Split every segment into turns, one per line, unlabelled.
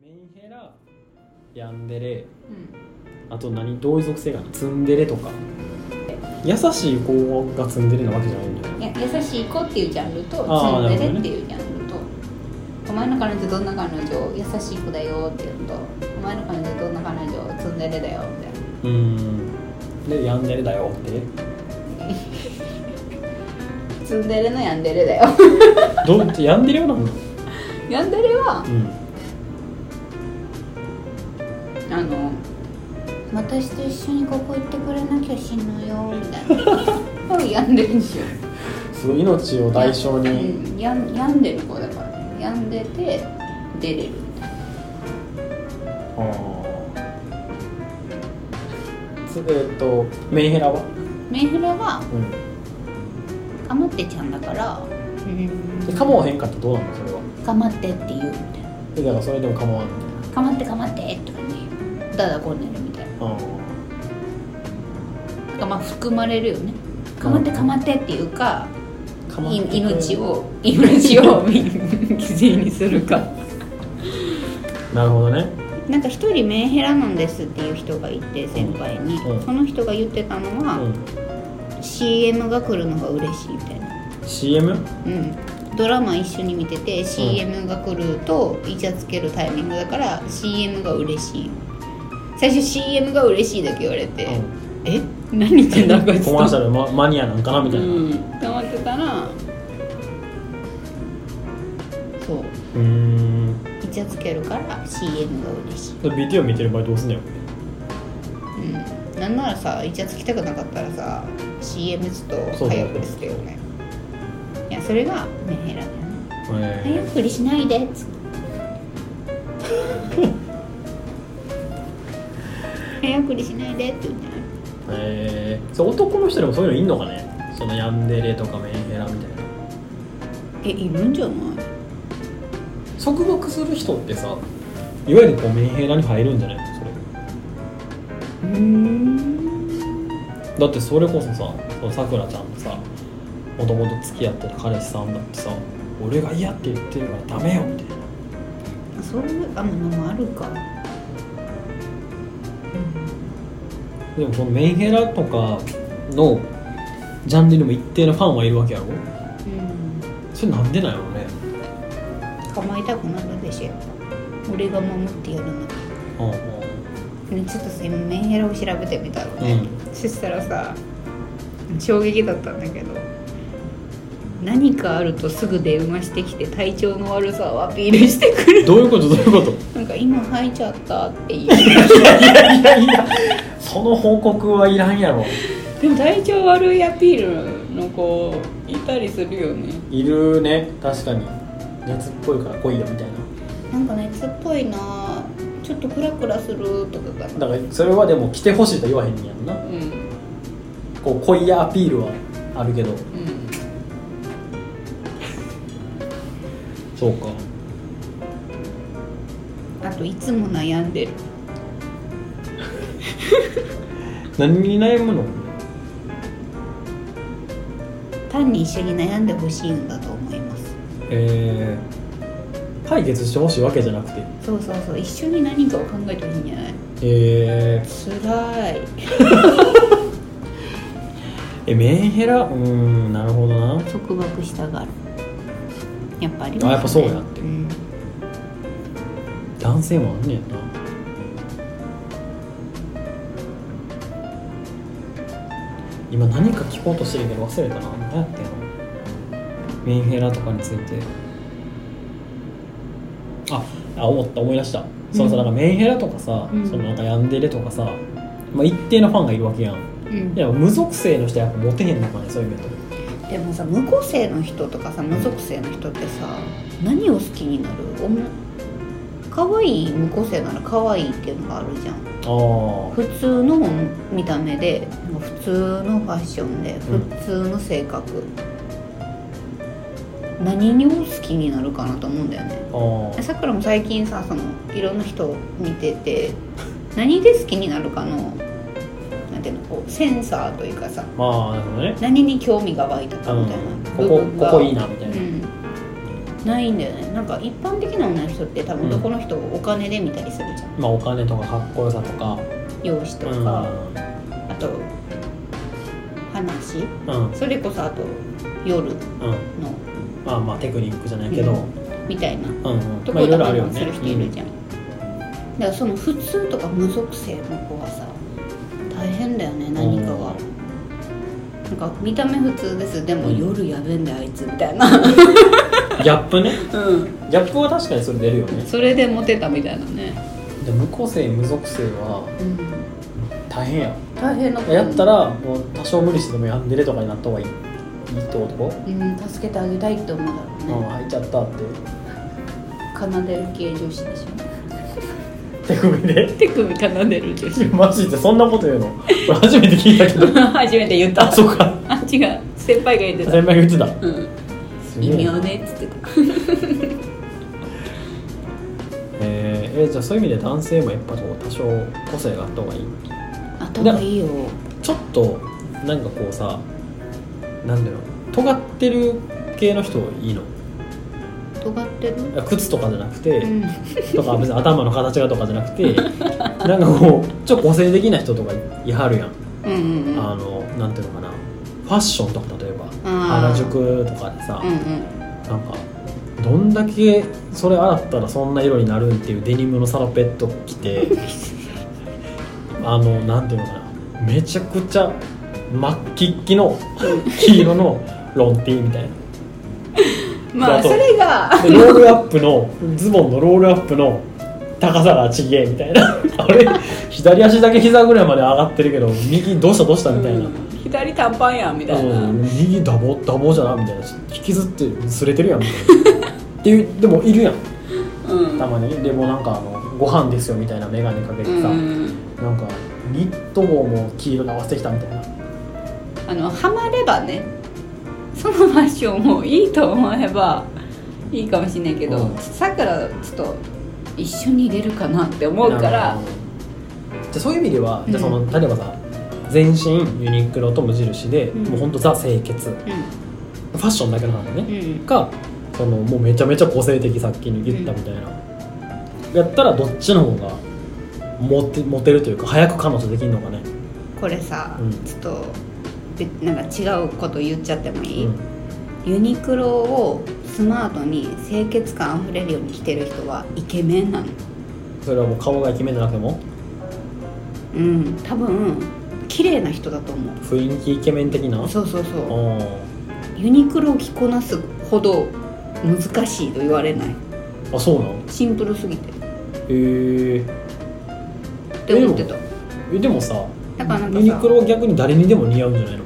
メンヘラヤンデレあと何同意属性がないツンデレとか優しい子がツンデレなわけじゃないんだよ
いや優しい子っていうジャンルと
あー
ツンデレっていうジャンルと、お前の彼女どんな彼女優しい子だよっていうのとお前の彼女どんな彼女ツンデレだよみたいな
うんでヤンデレだよって
ツンデレのヤンデレだよ
どうやんでるようなの、
ヤンデレは
うん、
あの私と一緒にここ行ってくれなきゃ死ぬよみた いなヤンデレにしよう
すごい命を代償に
うんやん病んでる子だから病んでて出れる
あーつえっとメンヘラは、
メンヘラは
う
かまってちゃんだから
ん、でかまわへんかったらどうなのそれは
かまってって言うみたいな
でだからそれでもかまわんね
かまってかまってとかねだだこんでるみたいな
あ
なんかまあ含まれるよねかまってかまってっていうか
ーかまっ
い
てくれ
命を命を 犠牲にするか
なるほどね
なんか一人メンヘラなんですっていう人がいて先輩に、
うん
その人が言ってたのは、
うん
CM が来るのが嬉しいみたいな
CM?
うん、ドラマ一緒に見てて CM が来るとイチャつけるタイミングだから CM が嬉しい最初 CM が嬉しいだけ言われて、
うん
え 何言ってんだこいつ
コマーシャルママニアなんかなみたいな
うんと思ってたらそう
うーん
イチャつけるから CM が嬉しい、
で BTO 見てる場合どうすんのよ
うん、なんならさイチャつきたくなかったらさ CM ちょっと早送りするよねいやそれがメンヘラだよね早
え
送りしないでっつって早送りしないでって言って
ーえー、そう男の人でもそういうのいんのかねそのヤンデレとかメンヘラみたいな
えいるんじゃない
束縛する人ってさいわゆるこうメンヘラに入るんじゃないのそれ
うーん
だってそれこそさそのさくらちゃんのさもともと付き合ってた彼氏さんだってさ俺が嫌って言ってるからダメよみたいな
そういうあものもあるか
でもそのメンヘラとかのジャンルにも一定のファンはいるわけやろ
うん
それなんでなんやろね
構いたくなるでしょやっぱ俺が守ってやるの
うんうん
にちょっとさ今メンヘラを調べてみたの
う
ね、
ん
そしたらさ衝撃だったんだけど何かあるとすぐ電話してきて体調の悪さをアピールしてく る
どういうことどういうこと
なんか今吐いちゃったっていう
いやいやその報告はいらんやろ
でも体調悪いアピールの子いたりするよね
いるね確かに熱っぽいから来いよみたいな
なんか熱っぽいなちょっとクラクラするとかか
だ
な
からそれはでも来てほしいと言わへんねやんな
うんうん
こう来いやアピールはあるけどそうか
あといつも悩んでる
何に悩むの
単に一緒に悩んでほしいんだと思います
えー、解決してほしいわけじゃなくて
そうそうそう一緒に何かを考えてほしいんじゃない
えー、
つらい
えメンヘラうーんなるほどな
束縛したがるやっぱり
あやっぱそうやって
うん
男性もあんねんな今何か聞こうとしてるけど忘れたな何やってんのメンヘラとかについてああ思った思い出した、そのさ
う
な
ん
んかメンヘラとかさ、
うん
そのなんかヤンデレとかさ、まあ、一定のファンがいるわけやん
うん
いや無属性の人はやっぱモテへんのかねそういう面と
でもさ無個性の人とかさ無属性の人ってさ何を好きになるおも可愛い無個性なら可愛いっていうのがあるじゃん
あ
普通の見た目でなんか普通のファッションで
うん
普通の性格、何を好きになるかなと思うんだよね
ああ
さくらも最近さそのいろんな人を見て て何で好きになるかのなんていうのこうセンサーというかさ
まあなるほどね
何に興味が湧いたかみたいな
うん
部
ここ
分が、
ここいいなみたいな、
うんないんだよねなんか一般的な女の人って多分
うん
男の人をお金で見たりするじゃん、
まあお金とかかっこよさとか
容姿とか、あと話
うんうん
それこそあと夜の
うんまあまあテクニックじゃないけど、
う
うんん、
みたいな
うん
と
まあ
こ
いろ
ろで
いろあるよ
判
ね
断する人いるじゃん、だからその普通とか無属性の子はさ大変だよね何かが、なんか見た目普通ですでも
うん
夜やべえんだよあいつみた いな
うんギャップね
うん
ギャップは確かにそれ出るよね
それでモテたみたいなね、
で無個性無属性は
うん、
大変や
大変なこと
やったらもう多少無理してでもやんでるとかになった方がいいいいってこと
うん助けてあげたいって思うだろう
う
ね、
ん入っちゃったって
奏でる系女子でし
手首で
ょ手首奏でる女
マジでそんなこと言うの俺初めて聞いたけど
初めて言った
あそうか
あ違う先輩が言ってた、
先輩が言ってた
うん、
すげ
微
え
妙
な
ねっつってた
えーえじゃあそういう意味で男性もやっぱこう多少個性があった方がいい
頭いいよ
ちょっとなんかこうさなんだろう尖ってる系の人いいの
尖ってる
靴とかじゃなくて、
うん
とか別に頭の形がとかじゃなく てなんかこうちょっと個性的な人とかいはるやん、
うんうんうん
あのなんていうのかなファッションとか例えば
あー
原宿とかでさ、
うん
なんかどんだけそれ洗ったらそんな色になるんっていうデニムのサロペット着てあのなんていうのかなめちゃくちゃ真っ黄っきの黄色のロンティーみたいな
うんまあ
だと
それが
でロールアップのズボンのロールアップの高さがちげえみたいな あれ左足だけ膝ぐらいまで上がってるけど右どうしたどうしたみたいな、
うん左短パンやんみたいな、
うん右ダボダボじゃなみたいな引きずって擦れてるやんみたいなっていうでもいるやん
うん
たまにでもなんかあのご飯ですよみたいな眼鏡かけてさ、
うん
なんかニット帽も黄色に合わせてきたみたいな
あのハマればねそのファッションもいいと思えばいいかもしれないけど
うん
さくらちょっと一緒に入れるかなって思うから
なんかじゃあそういう意味では、じゃあそ
うん
の例えばさ全身ユニクロと無印で、
うん
もうほんとザ清潔フ
う
ァッションだけなのね、
んうん
かそのもうめちゃめちゃ個性的さっきに言ったみたいな、やったらどっちの方がモテモテるというか早く彼女できるのかね、
これさ、
うん
ちょっとべなんか違うこと言っちゃっても
う
いい、
ん、
ユニクロをスマートに清潔感あふれるように着てる人はイケメンなの
それはもう顔がイケメンじゃなくても
うん多分綺麗な人だと思う
雰囲気イケメン的な
そうそうそう
あ
ユニクロを着こなすほど難しいと言われない
ああそうなの
シンプルすぎて
へえ
って思ってた
えでもさ
だからなんか
ユ
さ
ニクロは逆に誰にでも似合うんじゃないの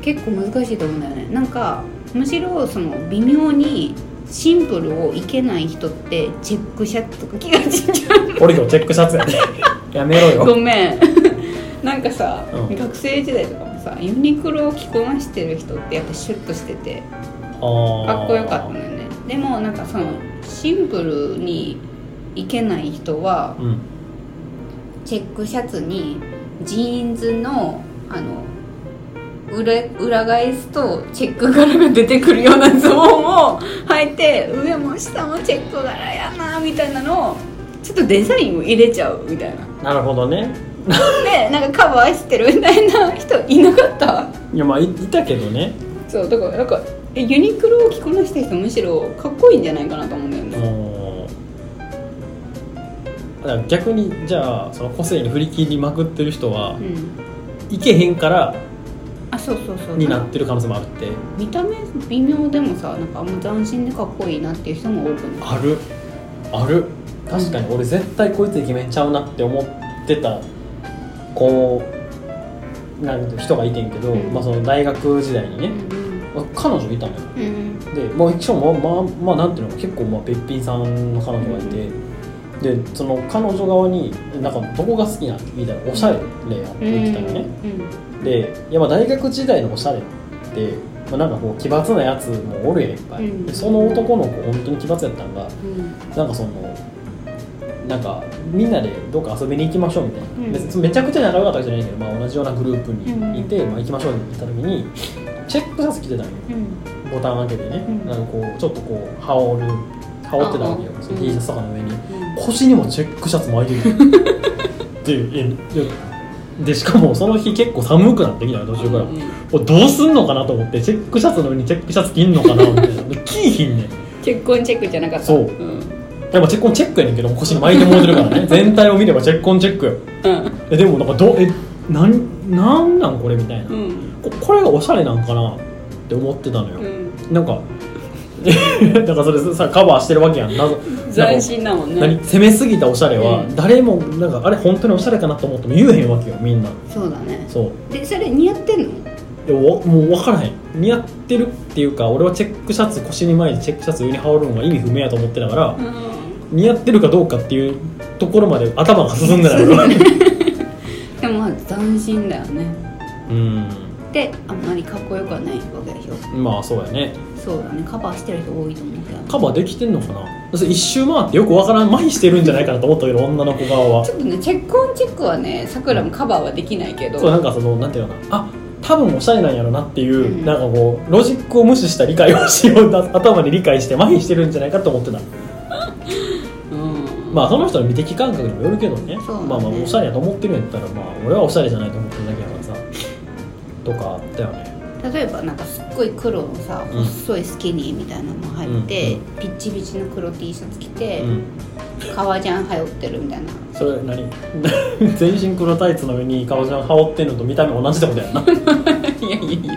結構難しいと思うんだよねなんかむしろその微妙にシンプルをいけない人ってチェックシャツとか着がちじゃん
俺今日チェックシャツやね やめろ
ご
よ
め んなんかさ、
うん
学生時代とかもさユニクロを着こなしてる人ってやっぱシュッとしてて
あ
かっこよかったのよねでもなんかそのシンプルにいけない人は
たうん
チェックシャツにジーンズのあの裏裏返すとチェック柄が出てくるようなズボンを履いて上も下もチェック柄やなみたいなのをちょっとデザインを入れちゃうみたいな
なるほどね
でなんかカバーしてるみたいな人いなかった
いやまあいいたけどね
そうだからなんかえユニクロを着こなした人むしろかっこいいんじゃないかなと思うんだよね
もうだから逆にじゃあその個性に振り切りまくってる人は
うん
いけへんから
あそうそうそう
になってる可能性もあるって
見た目微妙でもさなんかあんま斬新でかっこいいなっていう人も多くない
あるある確かに俺絶対こいつイケメンちゃうなって思ってたこうなんて人がいてんけど、
うん
まあ、その大学時代にね、彼女いたのよ
うん
で、まあ、一応まあまあまあなんていうの結構まあべっぴんさんの彼女がいて、でその彼女側になんかどこが好きなんって聞いたらおしゃれやって言ってたのね、でいやまあ大学時代のおしゃれって、まあ、なんかこう奇抜なやつもおるやんいっぱい、
うん
でその男の子本当に奇抜やったんがなんかそのなんかみんなでどっか遊びに行きましょうみたいな、
うん
別にめちゃくちゃ仲良かったわけじゃないけど、まあ、同じようなグループにいて、まあ、行きましょうって言った時にチェックシャツ着てたのよボタン開けてね、
うん
なんかこうちょっとこう羽織る羽織ってたわけよ、
ああ
その
うん
T シャツとかの上に腰にもチェックシャツ巻いてるっていうえいやでしかもその日結構寒くなってきたよ途中から、
うん
これどうすんのかなと思ってチェックシャツの上にチェックシャツ着んのかなみたいな着いひんねん
結婚チェックじゃなかった
そうんやっぱチェックンチェックやねんけど腰に巻いてもうてるから ね全体を見ればチェックンチェックよ
うん
えでもなんかどえなんなんなんこれみたいな、
うん
ここれがおしゃれなんかなって思ってたのよ、
うん
なんか だからそれさカバーしてるわけやん謎
斬新だもん
何
ね
攻めすぎたおしゃれは、
うん
誰もなんかあれ本当におしゃれかなと思っても言えへんわけよみんな
そうだね
そう
でそれ似合ってんの
いやわもう分からへん似合ってるっていうか俺はチェックシャツ腰に前にチェックシャツ上に羽織るのが意味不明やと思ってたから、
うん
似合ってるかどうかっていうところまで頭が進んでない から
でもまあ斬新だよね
うん
であんまりかっこよくはないわけでしょ
まあそうやね
そうだねカバーしてる人多いと思うけど
カバーできてんのかなそれ一周回ってよくわからん麻痺してるんじゃないかなと思ったけど女の子側は
ちょっとねチェックオンチェックはねさくらもカバーはできないけど
そうなんかそのなんていうのかなあ多分おしゃれなんやろなっていう、
うん
なんかこうロジックを無視した理解をしようと頭に理解して麻痺してるんじゃないかと思ってた
うん
まあその人の美的感覚にもよるけどね
そうだね
まあまあおしゃれやと思ってるんやったらまあ俺はおしゃれじゃないと思ってるだけやからさとかあったよね
例えばなんかすっごい黒のさ
うん
細いスキニーみたいなのも入って、
うん
ピッチピチの黒 T シャツ着
う
て、
ん
革ジャン羽織ってるみたいな
それ何 全身黒タイツの上に顔じゃん羽織ってんのと見た目同じってことやん な
いやいやいや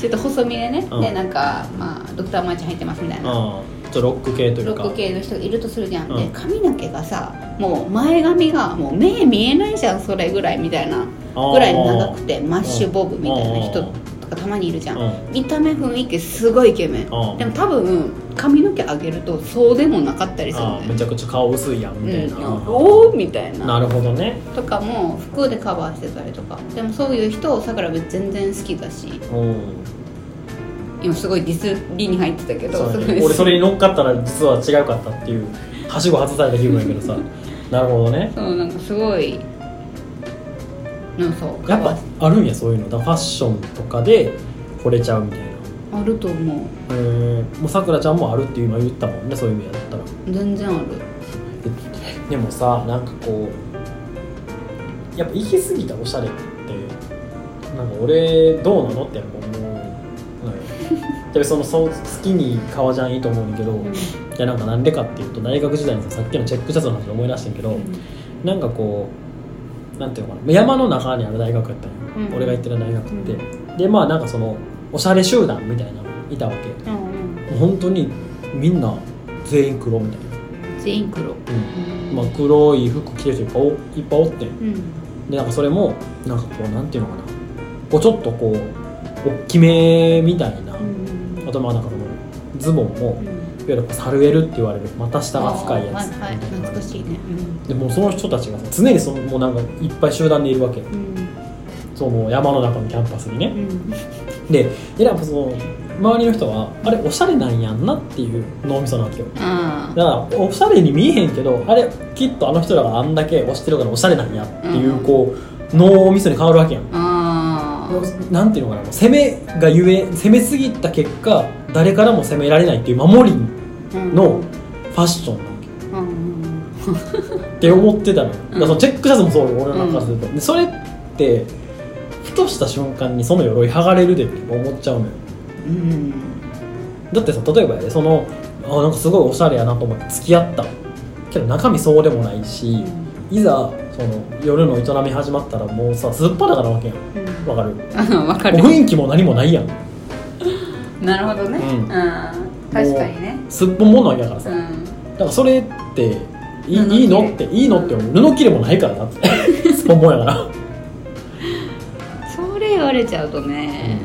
ちょっと細身でね、
うん
でなんかまあドクターマーチン入ってますみたいな、
うんちょっとロック系とい
ロ
うか
ック系の人がいるとするじゃん、
うん
で髪の毛がさもう前髪がもう目見えないじゃんそれぐらいみたいなぐらい長くてマッシュボブみたいな人とかたまにいるじゃん、
うん
見た目雰囲気すごいイケメン、
うん
でも多分髪の毛上げるとそうでもなかったりする
あ
ん
ー
だ
めち
よ
ゃくちゃ顔薄いやんみたいな、
うん、おおみたいな
なるほどね
とかも服でカバーしてたりとかでもそういう人をさくら部全然好きだし
うん
今すごいディスりに入ってたけど
そうや
すごい
ね、俺それに乗っかったら実は違うかったっていうはしご外された気分やけど さなるほどね
そうなんかすごいなんかそう
やっぱあるんやそういうのだファッションとかで惚れちゃうみたいな
あると思う
えーもうさくらちゃんもあるって今言ったもんねそういう意味だったら
全然ある
ででもさなんかこうやっぱ行き過ぎたおしゃれってなんか俺どうなのってやっぱ思うのよでそのそう好きに革ジャンいいと思うんだけど、いやなんかなんでかっていうと大学時代にささっきのチェックシャツの話で思い出してんけど、なんかこうなんていうのかな山の中にある大学やったんよ、
うん
俺が行ってる大学って、でまあなんかそのおしゃれ集団みたいなのいたわけ
うんうん
もう本当にみんな全員黒みたい
全員黒
な、うんまあ、黒い服着てる人いっぱいおいっぱいおってん
うん
でなんかそれもなんかこうなんていうのかなこうちょっとこう大きめみたいな、
うん
あとまあなんかそのズボンも
うん
いわゆるこうサルエルって言われる股下扱いやつ
あーはいはい懐かしいね
でもうその人たちがさ常にそのもうなんかいっぱい集団でいるわけ
うん
そうもう山の中のキャンパスに
う
ね
んうん
ででなんかその周りの人はあれおしゃれなんやんなっていう脳みそなわけよ
あ
だからおしゃれに見えへんけどあれきっとあの人らがあんだけ推してるからおしゃれなんやっていう、
うん
こう脳みそに変わるわけやん
あああ
なんていうのかな攻めがゆえ攻めすぎた結果誰からも攻められないっていう守りフのァッションなわけ
うんうん
って思ってたのよ、だからそ
うん
のチェックシャツもそうよ俺なんかすると、でそれってふとした瞬間にその鎧剥がれるでって思っちゃうのよ
うん
だってさ例えばやでそのあなんかすごいおしゃれやなと思って付き合ったけど中身そうでもないし、いざその夜の営み始まったらもうさすっぱだからわけやん
うん
わかる
うんわかる
もう雰囲気も何もないやん
なるほどね
うん
うん確かにね
すっぽんもんのわけやから
う
さ、だ
ん
からそれっていい
布切れ
いいのっていいのって思う布切れもないからだって すっぽんもんやから
それ言われちゃうとね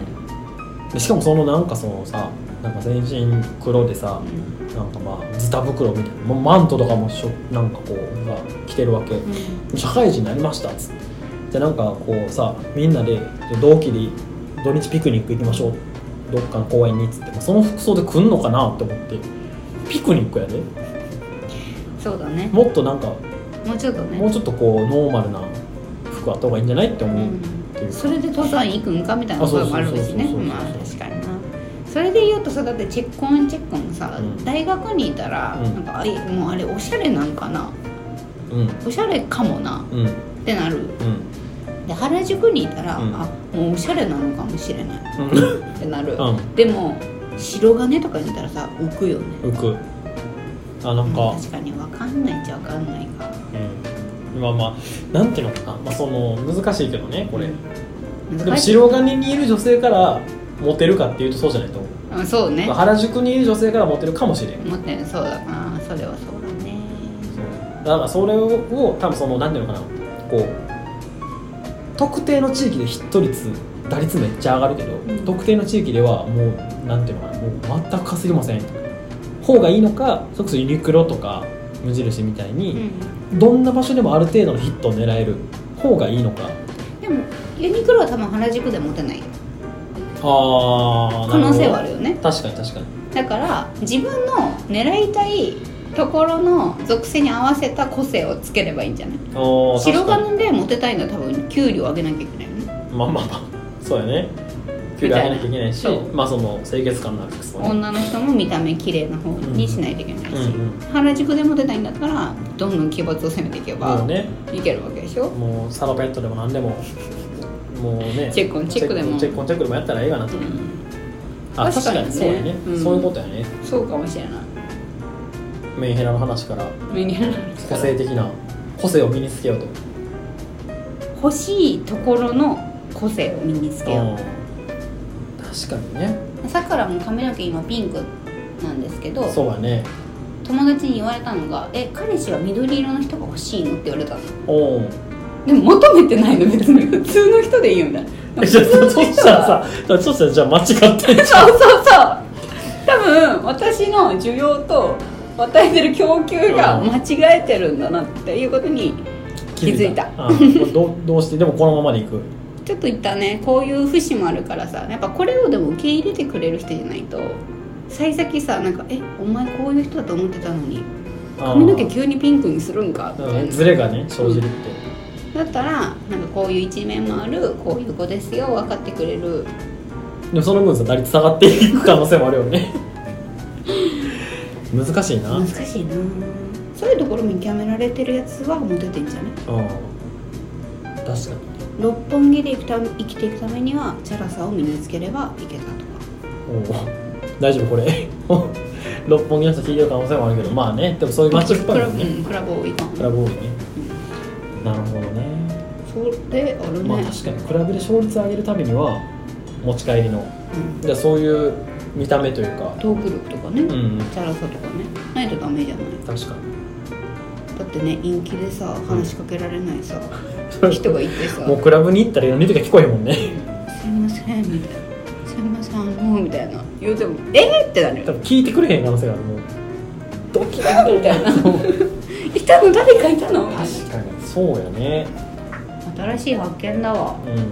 でしかもそのなんかそのさなんか全身黒でさ
うん
なんかまあズタ袋みたいなもうマントとかもしょなんかこうが着てるわけ社会人になりましたっつってでなんかこうさみんなで同期で土日ピクニック行きましょうどっかの公園にっつってまあその服装で来んのかなって思ってピクニックやで
そうだね
もっとなんか
もうちょっとね
もうちょっとこうノーマルな服あった方がいいんじゃないって思うっていうか
それで登山行くんかみたいな
あそう
声
そう
もあるしね
そうそうそう
まあ確かになそれで言うとさだってチェッコンチェッコンさ、
うん
大学にいたら、
うん
なんかあれもうあれおしゃれなんかな
うん
おしゃれかもな
うん
ってなる
うん
で原宿にいたら、
うん
あもうおしゃれなのかもしれない
うん
ってなる、
うん
でも白金とかにいたらさ浮くよね
浮くあなんか、
確かに分かんないっちゃ分かんないか
うん、まあまあなんていうのかな、まあ、その難しいけどねこれ、でも
難しい
白金にいる女性からモテるかっていうとそうじゃないと思う、
うんそうね
まあ、原宿にいる女性からモテるかもしれん
思ってるそうだなそれはそうだね
そうだからそれを多分そのなんていうのかなこう特定の地域でヒット率打率めっちゃ上がるけど、
ん
特定の地域ではもうなんていうのかなもう全く稼ぎません方がいいのかそれこそユニクロとか無印みたいに、
う
どんな場所でもある程度のヒットを狙える方がいいのか
んでもユニクロは多分原宿で持てない
あ
可能性はあ
る
るよね
確かに確かに
だから自分の狙いたいところの属性に合わせた個性をつければいいんじゃない
あー
白
確かに
金でモテたいのは多分給料上げなきゃいけないよね
まあまあまあそうやね給料上げなきゃいけないし
そう
まあその清潔感のある服装ね
女の人も見た目綺麗な方にしないといけないし、
うんうん
原宿でモテたいんだったらどんどん奇抜を攻めていけ
も
ば
うね
いけるわけでしょ、
もうサラペットでも何でももうね
チェックオンチェックでも
チェックオンチェックでもやったらええがな
う
と、
ん、
あ確
確
か
かにね
にそうやね、
うん
そういうことやね
そうかもしれない
メンヘラの話から
メニューなんですか
個
ら
性的な個性を身につけようと
欲しいところの個性を身につけよ
うん確かにね
うさくらも髪の毛今ピンクなんですけど
そうやね
友達に言われたのが「え彼氏は緑色の人が欲しいの?」って言われたの
おお
でも求めてないの別に普通の人でいいよみたいな
えじゃあ
普通
そ
の
し
人
たら
は
さじゃあそしたらじゃあ間違ってんじゃん
そうそうそう多分私の需要と与えてる供給が間違えてるんだなっていうことに気づいた
あーどうどうしてでもこのままでいく
ちょっと言ったねこういう節もあるからさやっぱこれをでも受け入れてくれる人じゃないと幸先さなんか「えお前こういう人だと思ってたのに髪の毛急にピンクにするんか」みた
う
い
ん
な
ズレがね生じるって
だったらなんかこういう一面もあるこういう子ですよ分かってくれる
でもその分さ打率下がっていく可能性もあるよね 難しいな、う
難
ん、
しいなそういうところ見極められてるやつはモテてんじゃない
確かに
六本木で生きた生きていくためにはチャラさを身につければいけたとか
おー大丈夫これ 六本木の人聞いてる可能性もあるけどまあねでもそういう街っぽいもんね
うんクラブ多いかも
クラブ多いねなるほどね
それあるね、
まあ確かにクラブで勝率上げるためには持ち帰りの
うん
じゃあそういう見た目というか
トーク力とかね、
うんうん
チャラさとかねないとダメじゃない
確かに
だってね陰気でさ話しかけられないさ、人がいてさ
もうクラブに行ったらいろんな人が聞こえへんもんね
すいません」みたいな「すいませんあの」みたいな言うても「えっ!」ってなる
多
よ
分聞いてくれへん可能性があるもうドキドキ
みたいな「いたの誰かいたの?」
確かにそうやね
新しい発見だわ
うん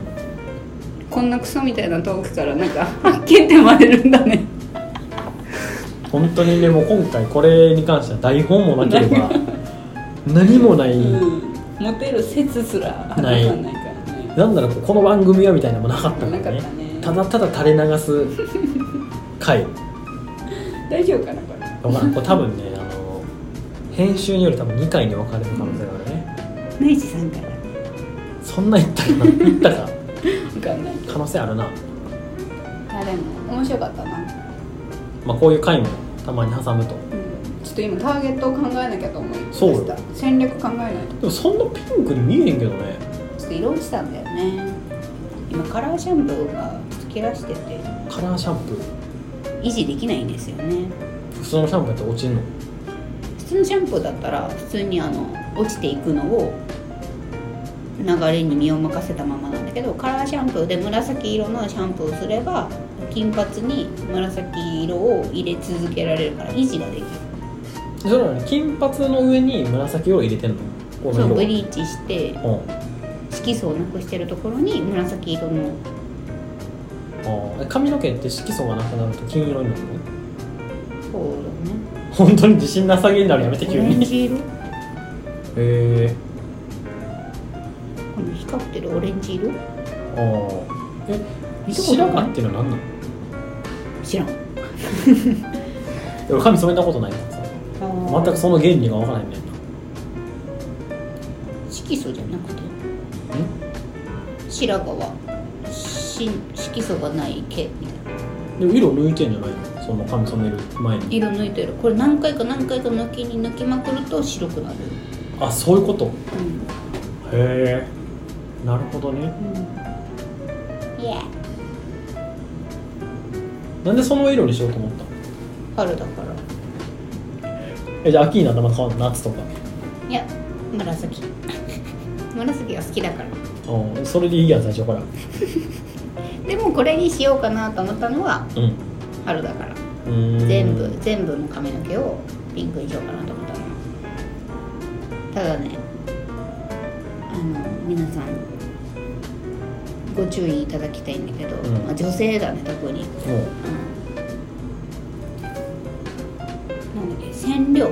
こんなクソみたいなトークからなんか発見って生まれるんだね
本当にねもう今回これに関しては台本もなけれ ば何もない、
うんモテる説すら
ない
わかんないからね
なんならこの番組はみたいなのもなかったから
なか
ね
った
た
ね
だただ垂れ流す回
大丈夫かなこれ
わからんこれ多分ねあの編集により多分2回に分かれる可能性があるね
内地さんからわ
そんな言ったかな言ったか
かんないけど
可能性あるな、
あでも面白かったな
まあ、こういう回もたまに挟むと
ちょっと今ターゲットを考えなきゃと思いま
そう
した戦略考えないと
でもそんなピンクに見えへんけどね
ちょっと色落ちたんだよね今カラーシャンプーがちょっと切らしてて
カラーシャンプー
維持できないんですよね
普通のシャンプーやったら落ちんの
普通のシャンプーだったら普通にあの落ちていくのを流れに身を任せたままなんだけどカラーシャンプーで紫色のシャンプーをすれば金髪に紫色を入れ続けられるから維持ができる
それなのに金髪の上に紫を入れてんのこ
そ
の
う
色
ブリーチして
うん
色素をなくしてるところに紫色の
あー髪の毛って色素がなくなると金色になるの
そうだね
本当に自信なさげになるやめて
オ
急
レ ン
にへ
ジ色こ
え
の光ってるオレンジ色
ああえ
見たことな
白
い
髪っていうのは何なの
知らん
でも髪染めたことないからさ全くその原理が分からへんねんな
色素じゃなくて白髪はし色素がない毛みたいな
でも色抜いてんじゃないのその髪染める前に
色抜いてるこれ何回か何回か抜きに抜きまくると白くなる、
あそういうことへ
うん
えなるほどね
いや
なんでその色にしようと思ったの
春だから
えじゃあ秋になったらまた変わるの夏とか
いや 紫紫が好きだから
うんそれでいいやん最初から
でもこれにしようかなと思ったのは
うん
春だから
うーん
全部全部の髪の毛をピンクにしようかなと思ったのただねあの皆さんご注意いただきたいんだけど、
うん
まあ女性だね特に、
もう
うん、なんだっけ染料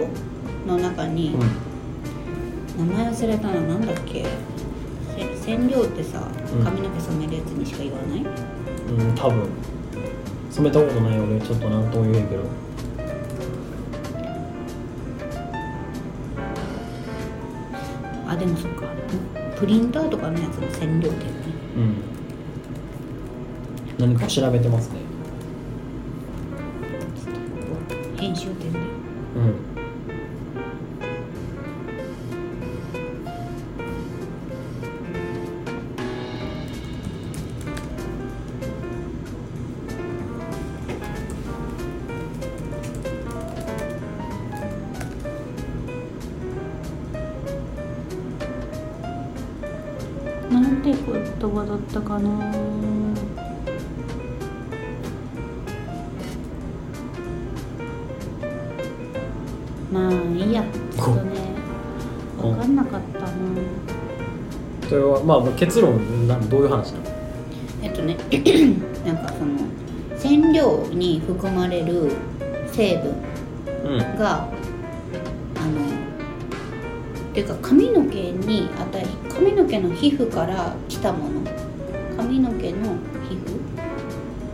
の中に、
う
名前忘れたのなんだっけせ染料ってさ
うん
髪の毛染めるやつにしか言わない、
ん、うん、多分染めたことない俺ちょっとなんとも言えんけど
あでもそっかプリンターとかのやつの染料ってね
うん何か調べてますね
ちょっとここ編集点で
うん
なんて言葉だったかなまあいいやちょっとね
うん
分かんなかったな
それはまあ結論なんどういう話なの
えっとね なんかその染料に含まれる成分
うん
があのていうか髪の毛に与え髪の毛の皮膚から来たもの髪の毛の皮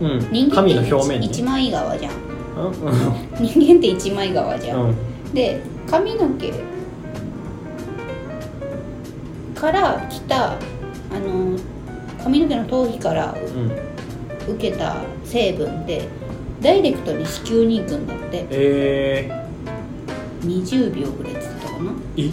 膚
うん
人間って
髪の表面に
一枚側じゃん
うんうん
人間って一枚側じゃん、
うん
で髪の毛から来たあの髪の毛の頭皮から
うん
受けた成分でダイレクトに子宮に行くんだって
え
20秒ぐらいつったかな
ー、え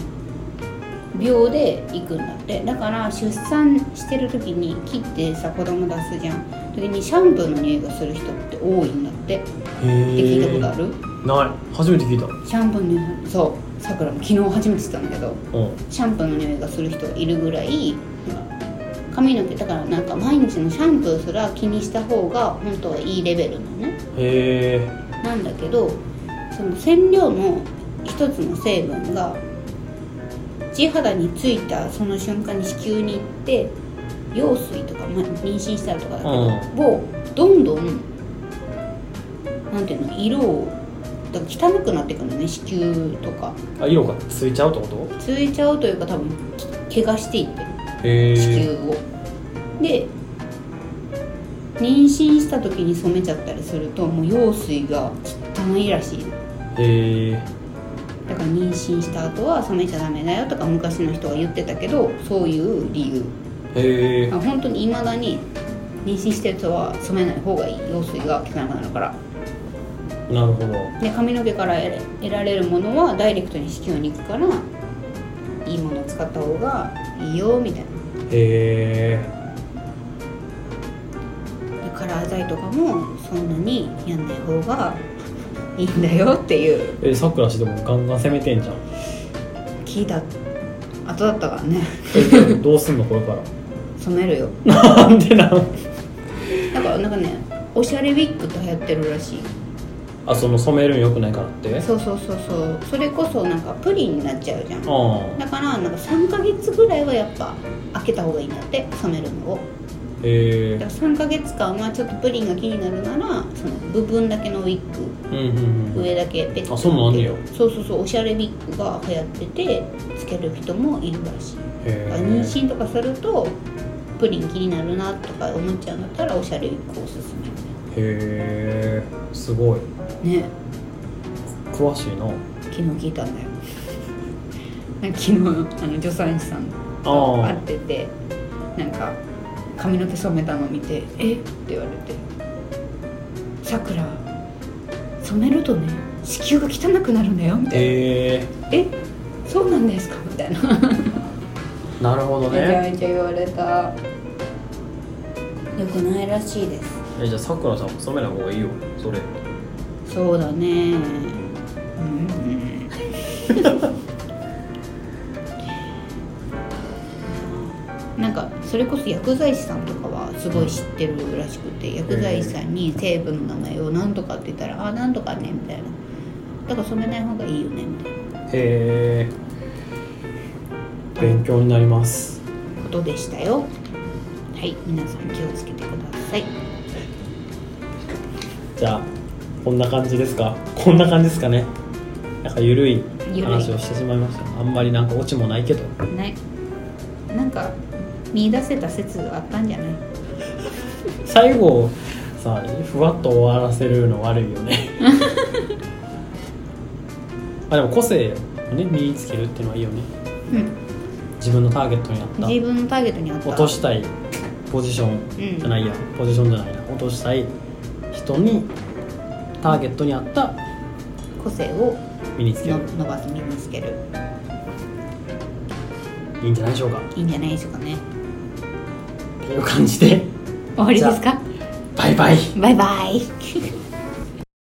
秒で行くんだってだから出産してる時に切ってさ子供出すじゃん時にシャンプーの匂いがする人って多いんだってって
へえ
聞いたことある、
ない初めて聞いた
シャンプーの匂いそうさくらも昨日初めて知ったんだけど
うん
シャンプーの匂いがする人がいるぐらいなんか髪の毛だからなんか毎日のシャンプーすら気にした方が本当はいいレベルなのね
へえ
なんだけどその染料の一つの成分が地肌についたその瞬間に子宮に行って羊水とか、まあ、妊娠したらとかだけど、をどんどんなんていうの色をだから汚くなってくるのね子宮とか
あ色がついちゃうってこと
ついちゃうというか多分き怪我していってる
へ
子宮を。で妊娠した時に染めちゃったりするともう羊水が汚いらしい
へえ
だから妊娠した後は染めちゃダメだよとか昔の人が言ってたけどそういう理由
へえ
まあ本当にいまだに妊娠してる人は染めない方がいい羊水が汚くなるから
なるほど
で髪の毛から得ら得られるものはダイレクトに子宮に行くからいいものを使った方がいいよみたい
へえ
なでカラー剤とかもそんなにやんない方がいいんだよっていう
えさくらしでもガンガン攻めてんじゃん
聞いた後だったからね
えどうすんのこれから
染めるよ
なんでなん
だからなんかねおしゃれウィッグって流行ってるらしい
あその染めるんよくないからって
そうそうそうそうそれこそなんかプリンになっちゃうじゃんだ
あ
からなんか3ヶ月ぐらいはやっぱ開けた方がいいんだって染めるのを
あへ
だか
え
ら3ヶ月間はちょっとプリンが気になるならその部分だけのウィッグ
うんうんうん
上だけペッて
あそんなんあんねや
そうそうそうおしゃれウィッグが流行っててつける人もいるらしい
へ
だから妊
え
娠とかするとプリン気になるなとか思っちゃうんだったらおしゃれウィッグおすすめ
へえすごい
ね
詳しいな
昨日聞いたんだよ なんか昨日あの助産師さん
あ
と会っててなんか髪の毛染めたの見て「えっ?」て言われて「さくら染めるとね子宮が汚くなるんだよ」みたいな
へえ
「えそうなんですか?」みたいな
なるほど
めちゃ
ね
めちゃ言われた良くないらしいです
えじゃあさくらさんも染めない方がいいよそれ
そうだねうん なんかそれこそ薬剤師さんとかはすごい知ってるらしくて薬剤師さんに成分の名前を何とかって言ったら「あなんとかね」みたいな「だから染めない方がいいよね」みたい
へえ勉強になります
なことでしたよはい皆さん気をつけてください
じゃあこんな感じですかこんな感じですかねなんかゆるい
ゆるい
話をしてしまいましたあんまりなんかオチもないけど
ねなんか見出せた説があったんじゃない
最後さふわっと終わらせるの悪いよね あでも個性をね身につけるっていうのはいいよね
うん
自分のターゲットに
自
なっ
分のターゲットにあった
た落としたいポジショ
うん
ンじゃないや、ポジションじゃないな落としたい人にターゲットに合った
個性を
身につけ
の
る
伸ばす身につける
いいんじゃないでしょうか
いいんじゃないでしょうかね
っていう感じで
終わりですか
バイバイ
バイバイ